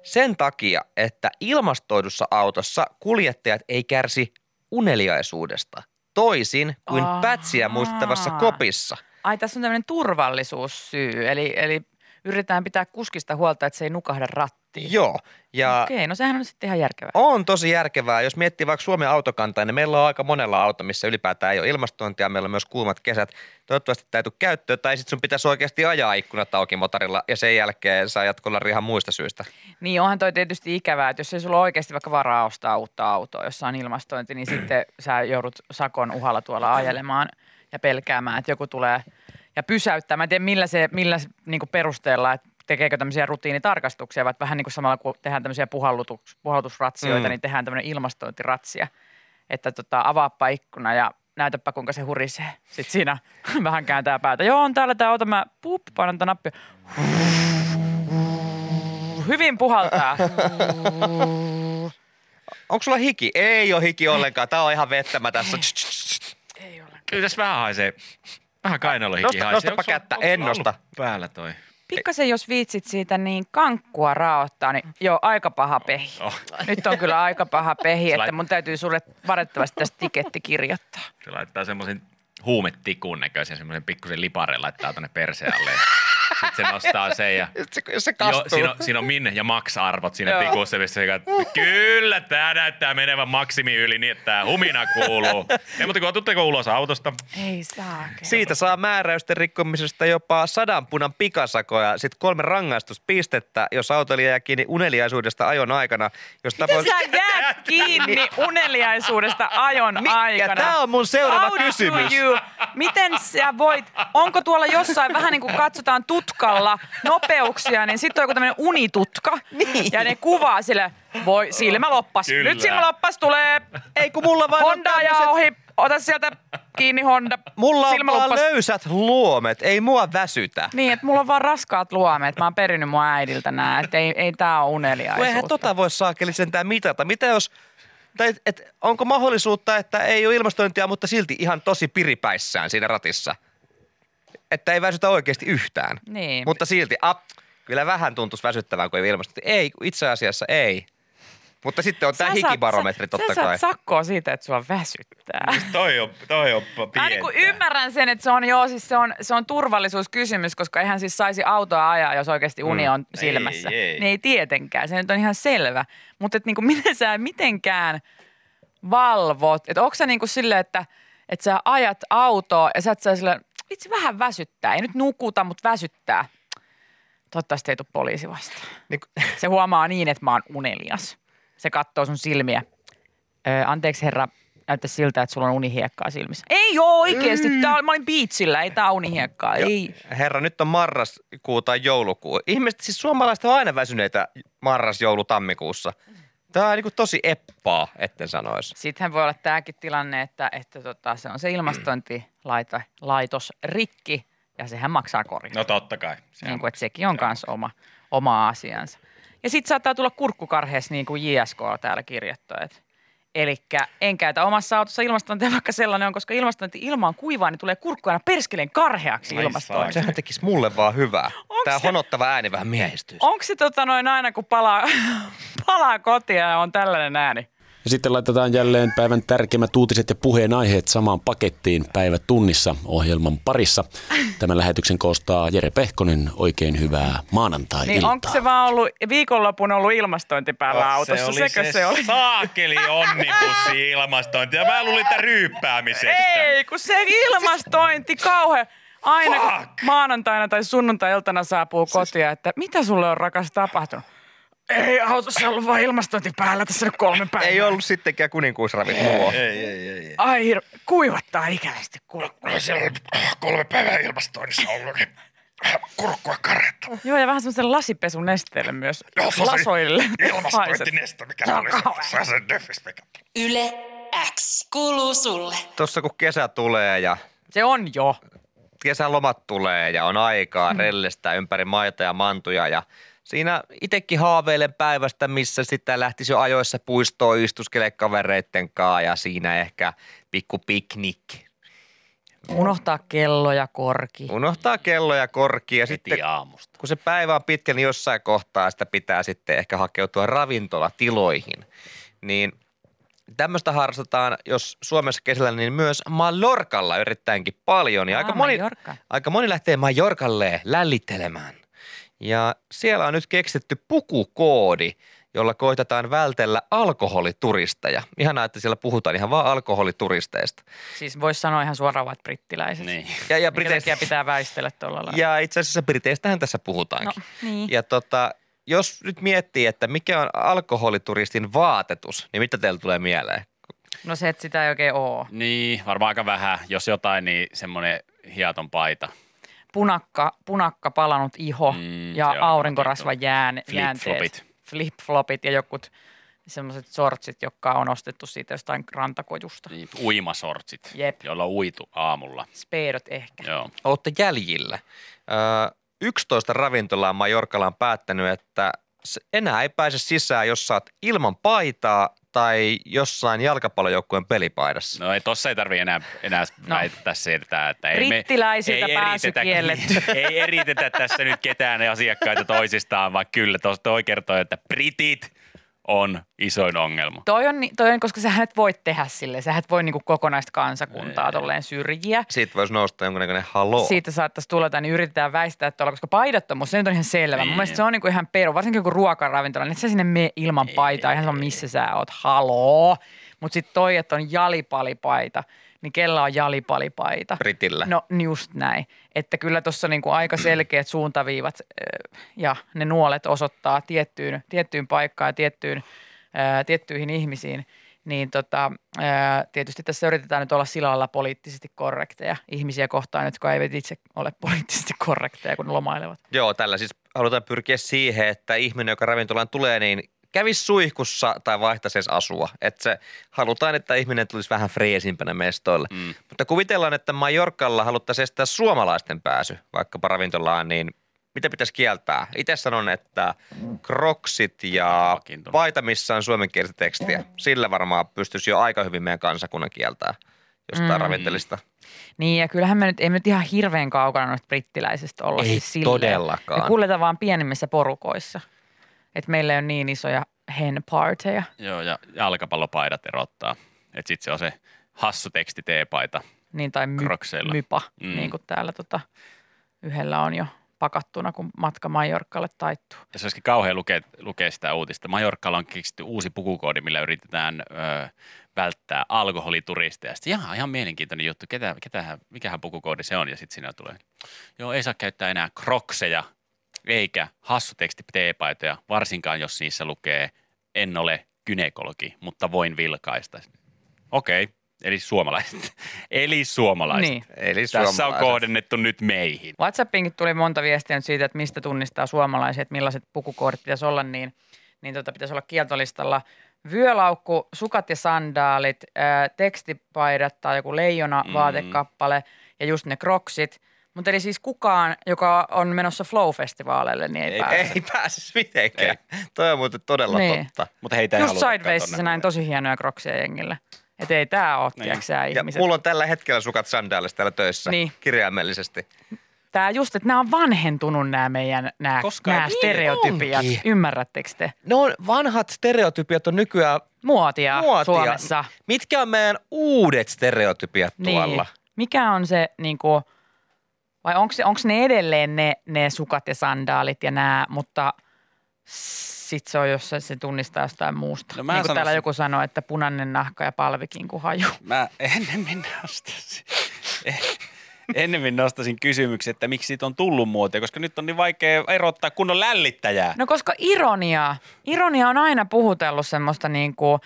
Speaker 5: Sen takia, että ilmastoidussa autossa kuljettajat ei kärsi uneliaisuudesta, toisin kuin
Speaker 4: Ahaa.
Speaker 5: pätsiä muistuttavassa kopissa.
Speaker 4: Ai tässä on tämmöinen turvallisuussyy, eli, eli yritetään pitää kuskista huolta, että se ei nukahda rattiin.
Speaker 5: Joo, ja
Speaker 4: Okei, no sehän on sitten ihan järkevää.
Speaker 5: On tosi järkevää. Jos miettii vaikka Suomen autokantaa, niin meillä on aika monella auto, missä ylipäätään ei ole ilmastointia. Meillä on myös kuumat kesät. Toivottavasti tämä ei tule käyttöön. Tai sitten sun pitäisi oikeasti ajaa ikkunat auki motorilla ja sen jälkeen saa jatkolla ihan muista syistä.
Speaker 4: Niin onhan toi tietysti ikävää, että jos ei sulla ole oikeasti vaikka varaa ostaa uutta autoa, jossa on ilmastointi, niin sitten sä joudut sakon uhalla tuolla ajelemaan ja pelkäämään, että joku tulee ja pysäyttää. Mä en tiedä millä, se, millä se, niin perusteella, että tekeekö tämmöisiä rutiinitarkastuksia, vai että vähän niin kuin samalla kun tehdään tämmöisiä puhallutus, puhallutusratsioita,
Speaker 5: Mm.
Speaker 4: mm. niin tehdään tämmöinen ilmastointiratsia, että tota, avaappa ikkuna ja näytäpä kuinka se hurisee. Sitten siinä <laughs> vähän kääntää päätä. Joo, on täällä tämä auto, mä pup, painan tätä nappia. Hyvin puhaltaa.
Speaker 5: Onko sulla hiki? Ei ole hiki ollenkaan. Tämä on ihan vettä. Mä tässä. Tss, tss, tss.
Speaker 6: Kyllä tässä vähän haisee. Vähän kainalohiki
Speaker 5: Nosta-
Speaker 6: haisee.
Speaker 5: nostapa
Speaker 6: Onks sulla-
Speaker 5: kättä.
Speaker 6: onks
Speaker 5: En
Speaker 6: sulla
Speaker 5: nosta.
Speaker 6: ollut Päällä toi.
Speaker 4: Pikkasen jos viitsit siitä niin kankkua raottaa, niin joo, aika paha pehi.
Speaker 6: Oh,
Speaker 4: Nyt on kyllä aika paha pehi,
Speaker 6: Sillä-
Speaker 4: että mun täytyy sulle varoittavasti tästä tiketti kirjoittaa.
Speaker 6: se laittaa semmoisen huumetikun näköisen, semmoisen pikkusen liparen laittaa tonne perseen alle. Sitten se nostaa sen ja
Speaker 5: Nyt <laughs> se- Jos se
Speaker 6: Joo,
Speaker 5: kastuu.
Speaker 6: siinä, on, siinä on min ja max-arvot siinä
Speaker 4: Joo.
Speaker 6: tikussa, missä se katsoo, kyllä tämä näyttää menevän maksimi yli niin, että tää humina
Speaker 4: <laughs>
Speaker 6: kuuluu. Ei mutta kun otutteko ulos autosta?
Speaker 4: Ei saa.
Speaker 5: Siitä saa määräysten rikkomisesta jopa sadan punan pikasakoja, sitten kolme rangaistuspistettä, jos autoilija jää kiinni uneliaisuudesta ajon aikana. Niin. Jos tapaus...
Speaker 4: Sä
Speaker 5: <laughs>
Speaker 4: jäät kiinni uneliaisuudesta ajon
Speaker 5: Mi- ja
Speaker 4: aikana.
Speaker 5: tää on mun seuraava
Speaker 4: How do
Speaker 5: kysymys.
Speaker 4: You? Miten sä voit, onko tuolla jossain vähän niin kuin katsotaan tutkalla nopeuksia, niin sitten on joku tämmöinen unitutka. Niin. Ja ne kuvaa sillä, voi silmä loppas.
Speaker 6: Kyllä.
Speaker 4: Nyt silmä loppas tulee.
Speaker 5: Ei kun mulla vaan on
Speaker 4: Honda ja
Speaker 5: tämmöset-
Speaker 4: ohi. Ota sieltä kiinni Honda.
Speaker 5: Mulla on
Speaker 4: silmä
Speaker 5: vaan
Speaker 4: loppas.
Speaker 5: löysät luomet, ei mua väsytä.
Speaker 4: Niin, että mulla on vaan raskaat luomeet. Mä oon perinyt mun äidiltä nää, että ei, ei tää ole
Speaker 5: Kun
Speaker 4: uneliaisuutta.
Speaker 5: eihän tota voi saakeli sentään mitata. Mitä jos, tai et, et, onko mahdollisuutta, että ei ole ilmastointia, mutta silti ihan tosi piripäissään siinä ratissa? Että ei väsytä oikeasti yhtään.
Speaker 4: Niin.
Speaker 5: Mutta silti, ap, kyllä vähän tuntuisi väsyttävän, kun ei ole ilmastointia. Ei, itse asiassa ei. Mutta sitten on
Speaker 4: Sä
Speaker 5: tämä
Speaker 4: saat-
Speaker 5: hikibarometri
Speaker 4: sä-
Speaker 5: totta
Speaker 4: Sä
Speaker 5: kai.
Speaker 4: saat sakkoa siitä, että sua väsyttää.
Speaker 6: Toi on, toi on
Speaker 4: Mä niin kuin ymmärrän sen, että se on, joo, siis se on, se on turvallisuuskysymys, koska eihän siis saisi autoa ajaa, jos oikeasti uni on silmässä.
Speaker 6: Ei, ei.
Speaker 4: Niin ei tietenkään, se nyt on ihan selvä. Mutta niin <laughs> kuin miten sä mitenkään valvot, että onko sä niin kuin silleen, että, että sä ajat autoa ja sä et saa silleen, vitsi vähän väsyttää, ei nyt nukuta, mutta väsyttää. Toivottavasti ei tule poliisi vastaan.
Speaker 5: Niin kuin-
Speaker 4: Se huomaa niin, että mä oon unelias. Se katsoo sun silmiä. Ö, anteeksi herra, näyttää siltä, että sulla on unihiekkaa silmissä. Ei oo oikeesti, tää oli, mä olin biitsillä, ei tää ole unihiekkaa,
Speaker 5: Jo-
Speaker 4: ei.
Speaker 5: Herra, nyt on marraskuu tai joulukuu. Ihmiset, siis suomalaiset on aina väsyneitä marras, joulu, tammikuussa. Tämä on niin kuin tosi eppaa, etten sanoisi.
Speaker 4: Sittenhän voi olla tämäkin tilanne, että, että tota, se on se ilmastointilaitos rikki ja sehän maksaa korin.
Speaker 6: No totta kai. Se
Speaker 4: niin kuin, että sekin on myös oma, oma asiansa. Ja sitten saattaa tulla kurkkukarhees, niin kuin JSK täällä kirjoittaa. Eli en käytä omassa autossa ilmastointia, vaikka sellainen on, koska ilmastointi ilma on kuivaa, niin tulee kurkku aina perskeleen karheaksi
Speaker 6: Ai
Speaker 4: ilmastoon.
Speaker 6: saa.
Speaker 5: Sehän tekisi mulle vaan hyvää.
Speaker 4: Onks
Speaker 5: Tämä
Speaker 4: se-
Speaker 5: honottava ääni vähän miehistyy.
Speaker 4: <laughs> Onko se tota noin aina, kun palaa, palaa kotia ja on tällainen ääni?
Speaker 2: Ja sitten laitetaan jälleen päivän tärkeimmät uutiset ja puheenaiheet samaan pakettiin päivä tunnissa ohjelman parissa. Tämän lähetyksen koostaa Jere Pehkonen. Oikein hyvää
Speaker 4: Niin onko
Speaker 2: maanantai-iltaa.
Speaker 4: se vaan ollut, viikonlopun ollut ilmastointi päällä
Speaker 7: se
Speaker 4: autossa,
Speaker 7: oli
Speaker 4: sekö
Speaker 7: se,
Speaker 4: se oli?
Speaker 7: saakeli onnibussi ilmastointi. Ja mä luulin, että ryyppäämisestä.
Speaker 4: Ei, kun se ilmastointi kauhe. Aina
Speaker 7: Fuck!
Speaker 4: kun maanantaina tai sunnuntai-iltana saapuu kotia, että mitä sulle on rakas tapahtunut? Ei autossa ollut vaan ilmastointi päällä tässä nyt kolme päivää.
Speaker 5: Ei ollut sittenkään kuninkuusravintoloa.
Speaker 7: Ei, ei, ei. ei.
Speaker 4: Ai hir... kuivattaa ikävästi kurkku.
Speaker 7: No siellä oli kolme päivää ilmastoinnissa ollut, niin kurkkua karetta.
Speaker 4: Joo, ja vähän semmoisen lasipesun nesteelle myös
Speaker 7: Joo, se on se
Speaker 4: lasoille. haiset.
Speaker 7: Ilmastointinestä, mikä se oli
Speaker 4: Se on
Speaker 7: se, se döffis, mikä.
Speaker 3: Yle X kuuluu sulle.
Speaker 5: Tuossa kun kesä tulee ja
Speaker 4: Se on jo.
Speaker 5: kesälomat tulee ja on
Speaker 7: Mm.
Speaker 5: aikaa rellestää ympäri maita ja mantuja ja siinä itsekin haaveilen päivästä, missä sitä lähtisi jo ajoissa puistoon istuskele kavereitten kanssa ja siinä ehkä pikku piknik.
Speaker 4: Unohtaa kello ja korki.
Speaker 5: Unohtaa kello ja korki ja sitten
Speaker 7: Heti aamusta.
Speaker 5: kun se päivä on pitkä, niin jossain kohtaa sitä pitää sitten ehkä hakeutua ravintolatiloihin. Niin tämmöistä harrastetaan, jos Suomessa kesällä, niin myös Mallorcalla erittäinkin paljon. Ja aika,
Speaker 4: Aa,
Speaker 5: moni,
Speaker 4: Mallorca.
Speaker 5: aika moni lähtee Mallorcalle lällittelemään. Ja siellä on nyt keksitty pukukoodi, jolla koitetaan vältellä alkoholituristeja. Ihanaa, että siellä puhutaan ihan vaan alkoholituristeista.
Speaker 4: Siis voisi sanoa ihan suoraan vaan, että brittiläiset.
Speaker 7: Niin.
Speaker 5: Ja, ja,
Speaker 4: Minkä
Speaker 5: Briteistä,
Speaker 4: takia pitää väistellä tuolla lailla?
Speaker 5: ja itse asiassa Briteistähän tässä puhutaankin.
Speaker 4: niin.
Speaker 5: Ja tota, jos nyt miettii, että mikä on alkoholituristin vaatetus, niin mitä teillä tulee mieleen?
Speaker 4: No se, että sitä ei oikein oo.
Speaker 7: Niin, varmaan aika vähän. Jos jotain, niin semmoinen hiaton paita.
Speaker 4: Punakka, punakka palanut iho
Speaker 7: Mm,
Speaker 4: mm,
Speaker 7: se
Speaker 4: ja
Speaker 7: on
Speaker 4: aurinkorasva
Speaker 7: totta.
Speaker 4: jään,
Speaker 7: Flip-flopit.
Speaker 4: jäänteet. Flip-flopit. ja jokut semmoiset sortsit, jotka on ostettu siitä jostain rantakojusta.
Speaker 7: Niin, uimasortsit,
Speaker 4: Jep.
Speaker 7: joilla on uitu aamulla.
Speaker 4: Speedot ehkä.
Speaker 7: Joo.
Speaker 5: Olette jäljillä. Öö, 11 ravintolaa Majorkalla on päättänyt, että s- enää ei pääse sisään, jos saat ilman paitaa tai jossain jalkapallojoukkueen pelipaidassa.
Speaker 7: No ei, tossa ei tarvi enää, enää no.
Speaker 4: No.
Speaker 7: väittää sieltä, että ei
Speaker 4: Brittiläisiltä
Speaker 7: ei
Speaker 4: pääsy
Speaker 7: eritetä- niin.
Speaker 4: kielletty.
Speaker 7: <laughs> ei eritetä tässä nyt ketään asiakkaita toisistaan, vaan kyllä tuossa toi kertoo, että britit on isoin ongelma.
Speaker 4: Toi on, ni- toi on, koska sä et voi tehdä sille. Sä et voi niinku kokonaista kansakuntaa tolleen syrjiä.
Speaker 5: Siitä voisi nousta jonkunnäköinen haloo.
Speaker 4: Siitä saattaisi tulla jotain, niin yritetään väistää tuolla, koska paidattomuus, se nyt on ihan selvä. Niin.
Speaker 7: Niin.
Speaker 4: Mun mielestä se on niinku ihan peru, varsinkin joku ruokaravintola, niin et sä sinne mene ilman paitaa, ihan sama missä sä oot, haloo. Mutta sitten toi, että on jalipalipaita, niin kella on jalipalipaita?
Speaker 5: Britillä.
Speaker 4: No niin just näin, että kyllä tuossa niinku aika selkeät suuntaviivat ö, ja ne nuolet osoittaa tiettyyn, tiettyyn paikkaan ja tiettyyn, ö, tiettyihin ihmisiin. Niin tota, ö, tietysti tässä yritetään nyt olla sillä lailla poliittisesti korrekteja ihmisiä kohtaan, jotka eivät itse ole poliittisesti korrekteja, kun ne lomailevat.
Speaker 5: Joo, tällä siis halutaan pyrkiä siihen, että ihminen, joka ravintolaan tulee, niin kävisi suihkussa tai vaihtaisi edes asua. Että se, halutaan, että ihminen tulisi vähän freesimpänä mestoille. Mm. Mutta kuvitellaan, että Majorkalla haluttaisiin estää suomalaisten pääsy vaikkapa ravintolaan, niin mitä pitäisi kieltää? Itse sanon, että kroksit ja
Speaker 7: Vakiintunut.
Speaker 5: paita, missä on suomenkielistä tekstiä, sillä varmaan pystyisi jo aika hyvin meidän kansakunnan kieltää jostain mm. ravintelista.
Speaker 4: Niin ja kyllähän me nyt, ei me nyt ihan hirveän kaukana noista brittiläisistä olla.
Speaker 5: Ei
Speaker 4: siis silleen.
Speaker 5: todellakaan.
Speaker 4: Me kuljetaan vaan pienemmissä porukoissa. Että meillä ei ole niin isoja hen parteja.
Speaker 7: Joo, ja jalkapallopaidat erottaa. Että sit se on se hassu teksti teepaita.
Speaker 4: Niin, tai my,
Speaker 7: Crocseilla.
Speaker 4: mypa,
Speaker 7: Mm.
Speaker 4: mm. niin kuin täällä tota, yhdellä on jo pakattuna, kun matka Majorkalle taittuu.
Speaker 7: Ja se olisikin kauhean lukea, lukea sitä uutista. Majorkalla on keksitty uusi pukukoodi, millä yritetään ö, välttää alkoholituristeja. Sitten jaha, ihan mielenkiintoinen juttu. Ketä, ketähän, mikähän pukukoodi se on? Ja sitten siinä tulee, joo, ei saa käyttää enää krokseja eikä hassuteksti teepaitoja, varsinkaan jos niissä lukee, en ole gynekologi, mutta voin vilkaista. Okei, eli suomalaiset. <laughs> eli suomalaiset.
Speaker 4: Niin.
Speaker 5: Eli
Speaker 7: Tässä on
Speaker 5: suomalaiset.
Speaker 7: kohdennettu nyt meihin.
Speaker 4: Whatsappiinkin tuli monta viestiä nyt siitä, että mistä tunnistaa suomalaiset, millaiset pukukoodit pitäisi olla, niin, niin tota, pitäisi olla kieltolistalla vyölaukku, sukat ja sandaalit, ää, tekstipaidat tai joku leijona
Speaker 7: Mm.
Speaker 4: vaatekappale ja just ne kroksit. Mutta eli siis kukaan, joka on menossa Flow-festivaaleille, niin ei, ei pääse.
Speaker 5: Ei pääsisi mitenkään. Toi on muuten todella
Speaker 4: Niin.
Speaker 5: totta.
Speaker 7: Mutta heitä ei
Speaker 4: Just
Speaker 7: halutakaan
Speaker 4: sidewaysissä
Speaker 7: tonne.
Speaker 4: näin tosi hienoja kroksia jengillä. Että ei tämä ole, tiedätkö
Speaker 5: Ja
Speaker 4: ihmiset.
Speaker 5: mulla on tällä hetkellä sukat sandaalissa täällä töissä, niin.
Speaker 4: Niin.
Speaker 5: kirjaimellisesti.
Speaker 4: Tää just, että nämä on vanhentunut nämä meidän nämä,
Speaker 7: Koska
Speaker 4: nämä
Speaker 7: niin
Speaker 4: stereotypiat.
Speaker 5: onkin.
Speaker 4: Ymmärrättekö te?
Speaker 5: Ne on vanhat stereotypiat on nykyään
Speaker 4: Muotia,
Speaker 5: Muotia.
Speaker 4: Suomessa.
Speaker 5: Mitkä on meidän uudet stereotypiat
Speaker 4: Niin.
Speaker 5: tuolla?
Speaker 4: Mikä on se, niin kuin, vai onko onks ne edelleen ne, ne sukat ja sandaalit ja nämä, mutta sit se on jossain, se tunnistaa jostain muusta.
Speaker 6: No
Speaker 4: No,
Speaker 6: mä
Speaker 4: niin kuin täällä
Speaker 6: sanoisin-
Speaker 4: joku sanoi, että punainen nahka ja palvikin kuin haju.
Speaker 6: Mä ennemmin nostaisin, eh, ennemmin nostaisin kysymyksen, että miksi siitä on tullut muotia, koska nyt on niin vaikea erottaa kunnon lällittäjää.
Speaker 4: No koska ironia, ironia on aina puhutellut semmoista niin kuin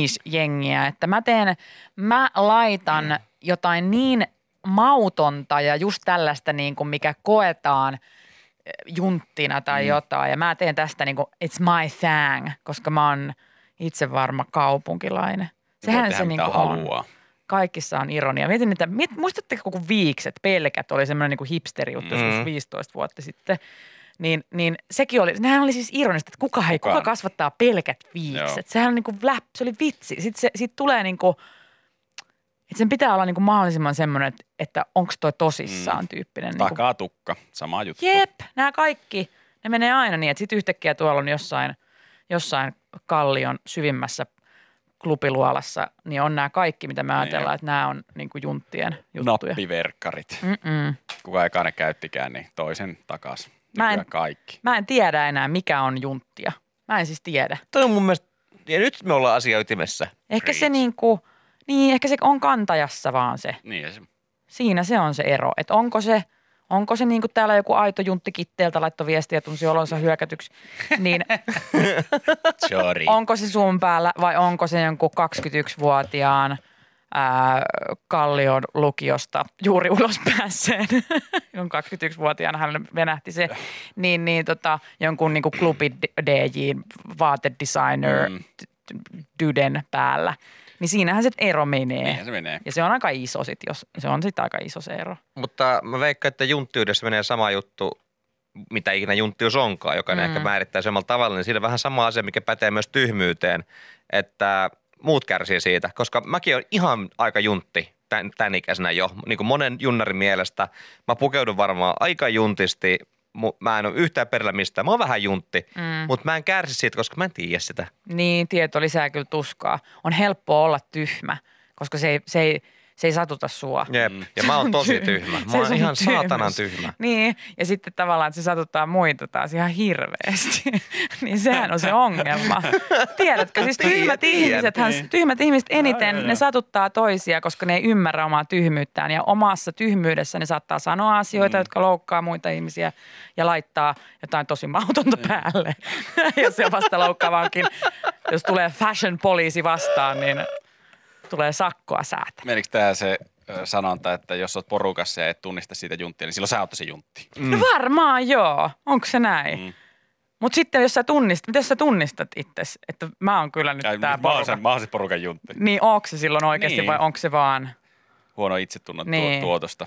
Speaker 4: niisjengiä, että mä teen, mä laitan jotain niin mautonta ja just tällaista niin kuin mikä koetaan eh, junttina tai mm. jotain ja mä teen tästä niin kuin it's my thing, koska mä oon itse varma kaupunkilainen. Sehän
Speaker 6: tehdä
Speaker 4: se niin
Speaker 6: mitä
Speaker 4: kuin on.
Speaker 6: haluaa.
Speaker 4: Kaikissa on ironia. Mietin, että miet, muistatteko, kun viikset, pelkät oli semmoinen niin kuin hipsterijuttu
Speaker 5: Mm.
Speaker 4: joskus 15 vuotta sitten niin, niin sekin oli, nehän oli siis ironista, että kuka, hei, kuka
Speaker 6: Kukaan.
Speaker 4: kasvattaa pelkät viikset.
Speaker 6: Joo.
Speaker 4: Sehän on niin kuin läp, se oli vitsi. Sitten se, siitä tulee niin kuin, että sen pitää olla niin kuin mahdollisimman semmoinen, että, että onko toi tosissaan mm. tyyppinen. Niin kuin,
Speaker 6: Takaa tukka, sama juttu.
Speaker 4: jep, nämä kaikki, ne menee aina niin, että sitten yhtäkkiä tuolla on jossain, jossain kallion syvimmässä klubiluolassa, niin on nämä kaikki, mitä me ajatellaan, että nämä on niin kuin junttien juttuja. Mm.
Speaker 6: Nappiverkkarit.
Speaker 4: Mm-mm.
Speaker 6: Kuka eikä ne käyttikään, niin toisen takas.
Speaker 4: Mä
Speaker 6: Mä
Speaker 4: en-
Speaker 6: kaikki.
Speaker 4: Mä en tiedä enää, mikä on junttia. Mä en siis tiedä.
Speaker 5: Toi on mun mielestä, ja nyt me ollaan asia ytimessä.
Speaker 4: Ehkä se
Speaker 6: Preach.
Speaker 4: niin kuin, niin ehkä se on kantajassa vaan se.
Speaker 6: Niin,
Speaker 4: <laughs>
Speaker 6: ja se,
Speaker 4: Siinä se on se ero, että onko se, onko se niin kuin täällä joku aito juntti kitteeltä laittoi viestiä ja tunsi olonsa hyökätyksi, niin
Speaker 6: sorry.
Speaker 4: onko se sun päällä vai onko se jonkun 21-vuotiaan ää, kallion lukiosta juuri ulos päässeen, <laughs> kun 21-vuotiaana hän venähti se, niin, niin tota, jonkun niin klubi DJ, vaatedesigner, t-
Speaker 6: Mm.
Speaker 4: t- dyden päällä. Niin siinähän se ero menee.
Speaker 6: Niinhän Niin, se menee.
Speaker 4: Ja se on aika iso sit, jos se on sitten aika iso se ero.
Speaker 5: Mutta mä veikkaan, että junttiydessä menee sama juttu, mitä ikinä junttius onkaan, joka mm.
Speaker 4: Mm.
Speaker 5: ehkä määrittää samalla tavalla, niin siinä on vähän sama asia, mikä pätee myös tyhmyyteen, että muut kärsii siitä, koska mäkin olen ihan aika juntti tämän, tämän ikäisenä jo, niin kuin monen junnarin mielestä. Mä pukeudun varmaan aika juntisti, mu- mä en ole yhtään perillä mistään, mä oon vähän juntti, mm.
Speaker 4: Mm.
Speaker 5: mutta mä en kärsi siitä, koska mä en tiedä sitä.
Speaker 4: Niin, tieto lisää kyllä tuskaa. On helppoa olla tyhmä, koska se ei, se ei, se ei satuta sua.
Speaker 5: Jep. Mm. Ja mä oon tosi tyhmä, mä
Speaker 4: Se
Speaker 5: oon
Speaker 4: sun
Speaker 5: ihan
Speaker 4: tyhmyys.
Speaker 5: saatanan tyhmä.
Speaker 4: Niin, ja sitten tavallaan, että se satuttaa muita taas ihan hirveästi. <laughs> niin sehän on se ongelma. Tiedätkö, siis
Speaker 5: Tiedän,
Speaker 4: tyhmät,
Speaker 5: tiedän. niin.
Speaker 4: ihmiset, hän, tyhmät ihmiset eniten, ne satuttaa toisia, koska ne ei ymmärrä omaa tyhmyyttään. Ja omassa tyhmyydessä ne saattaa sanoa
Speaker 5: Mm.
Speaker 4: asioita, jotka loukkaa muita ihmisiä ja laittaa jotain tosi
Speaker 5: Mm.
Speaker 4: mautonta päälle. <laughs> ja se on vasta loukkaavaankin. Jos tulee fashion poliisi vastaan, niin tulee sakkoa säätä.
Speaker 6: Menikö tämä se ö, sanonta, että jos olet porukassa ja et tunnista siitä junttia, niin silloin sä oot se juntti.
Speaker 5: Mm.
Speaker 4: No varmaan joo. Onko se näin?
Speaker 6: Mm.
Speaker 4: Mm. Mutta sitten jos sä tunnistat, miten sä tunnistat itses, että mä oon kyllä nyt tää
Speaker 6: Ja mä, oon
Speaker 4: porukka.
Speaker 6: sen, mä oon se porukan juntti.
Speaker 4: Niin onko se silloin oikeasti
Speaker 6: Niin.
Speaker 4: niin. vai onko se vaan?
Speaker 6: Huono itsetunnon niin.
Speaker 4: Niin.
Speaker 6: tuotosta.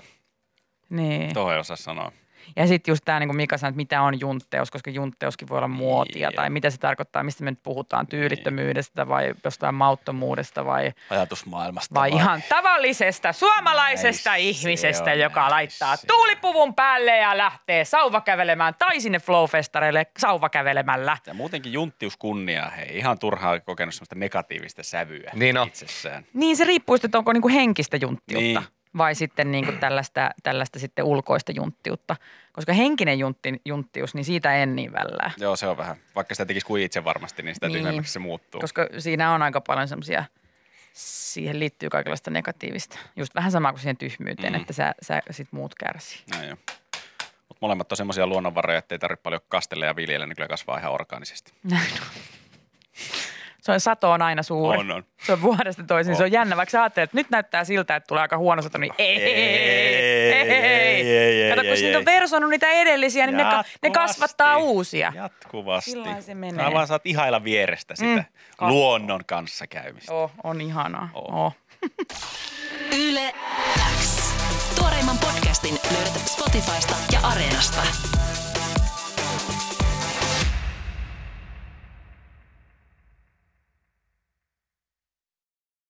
Speaker 5: Mm.
Speaker 4: Niin.
Speaker 6: Tuohon ei osaa sanoa.
Speaker 4: Ja sitten just tämä, niin kuin Mika sanoi, että mitä on juntteus, koska juntteuskin voi olla muotia
Speaker 6: Niin.
Speaker 4: tai mitä se tarkoittaa, mistä me nyt puhutaan, tyylittömyydestä vai jostain mauttomuudesta vai,
Speaker 6: Ajatusmaailmasta.
Speaker 4: vai ihan tavallisesta suomalaisesta
Speaker 6: Näissä
Speaker 4: ihmisestä,
Speaker 6: on,
Speaker 4: joka laittaa
Speaker 6: näissä.
Speaker 4: tuulipuvun päälle ja lähtee sauvakävelemään tai sinne flowfestareille sauvakävelemällä.
Speaker 6: Ja muutenkin junttius kunniaa, hei, ihan turhaa kokenut semmoista negatiivista sävyä
Speaker 5: Niin on.
Speaker 6: itsessään.
Speaker 4: Niin se riippuu sitten, että onko niinku henkistä junttiutta
Speaker 6: Niin.
Speaker 4: vai sitten niinku tällaista, tällaista sitten ulkoista junttiutta. Koska henkinen juntti, junttius, niin siitä en niin vällää.
Speaker 6: Joo, se on vähän. Vaikka sitä tekisi kuin itse varmasti, niin sitä niin.
Speaker 4: Niin.
Speaker 6: tyhmemmäksi se muuttuu.
Speaker 4: Koska siinä on aika paljon semmoisia, siihen liittyy kaikenlaista negatiivista. Just vähän sama kuin siihen tyhmyyteen,
Speaker 6: Mm.
Speaker 4: mm. että sä, sä sit muut kärsii.
Speaker 6: Näin jo. Mutta molemmat on semmoisia luonnonvaroja, että ei tarvitse paljon kastella ja viljellä, niin kyllä kasvaa ihan orgaanisesti.
Speaker 4: Näin on. Se on sato on aina suuri.
Speaker 6: On, on.
Speaker 4: Se on vuodesta toisin. Se
Speaker 6: On.
Speaker 4: on jännä, vaikka sä ajattelet, että nyt näyttää siltä, että tulee aika huono sato, niin ei, ei,
Speaker 6: Ei,
Speaker 4: ei, ei,
Speaker 6: ei, ei, ei,
Speaker 4: Kato, kun
Speaker 6: ei, ei.
Speaker 4: niitä on versonut niitä edellisiä, niin ne, ka- ne
Speaker 6: Jatkuvasti.
Speaker 4: kasvattaa uusia.
Speaker 6: Jatkuvasti.
Speaker 4: Sillain se menee.
Speaker 6: Sä vaan saat ihailla vierestä sitä mm.
Speaker 4: kasvaa.
Speaker 6: luonnon kanssa käymistä.
Speaker 4: Oh, on ihanaa.
Speaker 6: Oo.
Speaker 4: Oh. Oh.
Speaker 3: Yle X. Tuoreimman podcastin löydät Spotifysta ja Areenasta.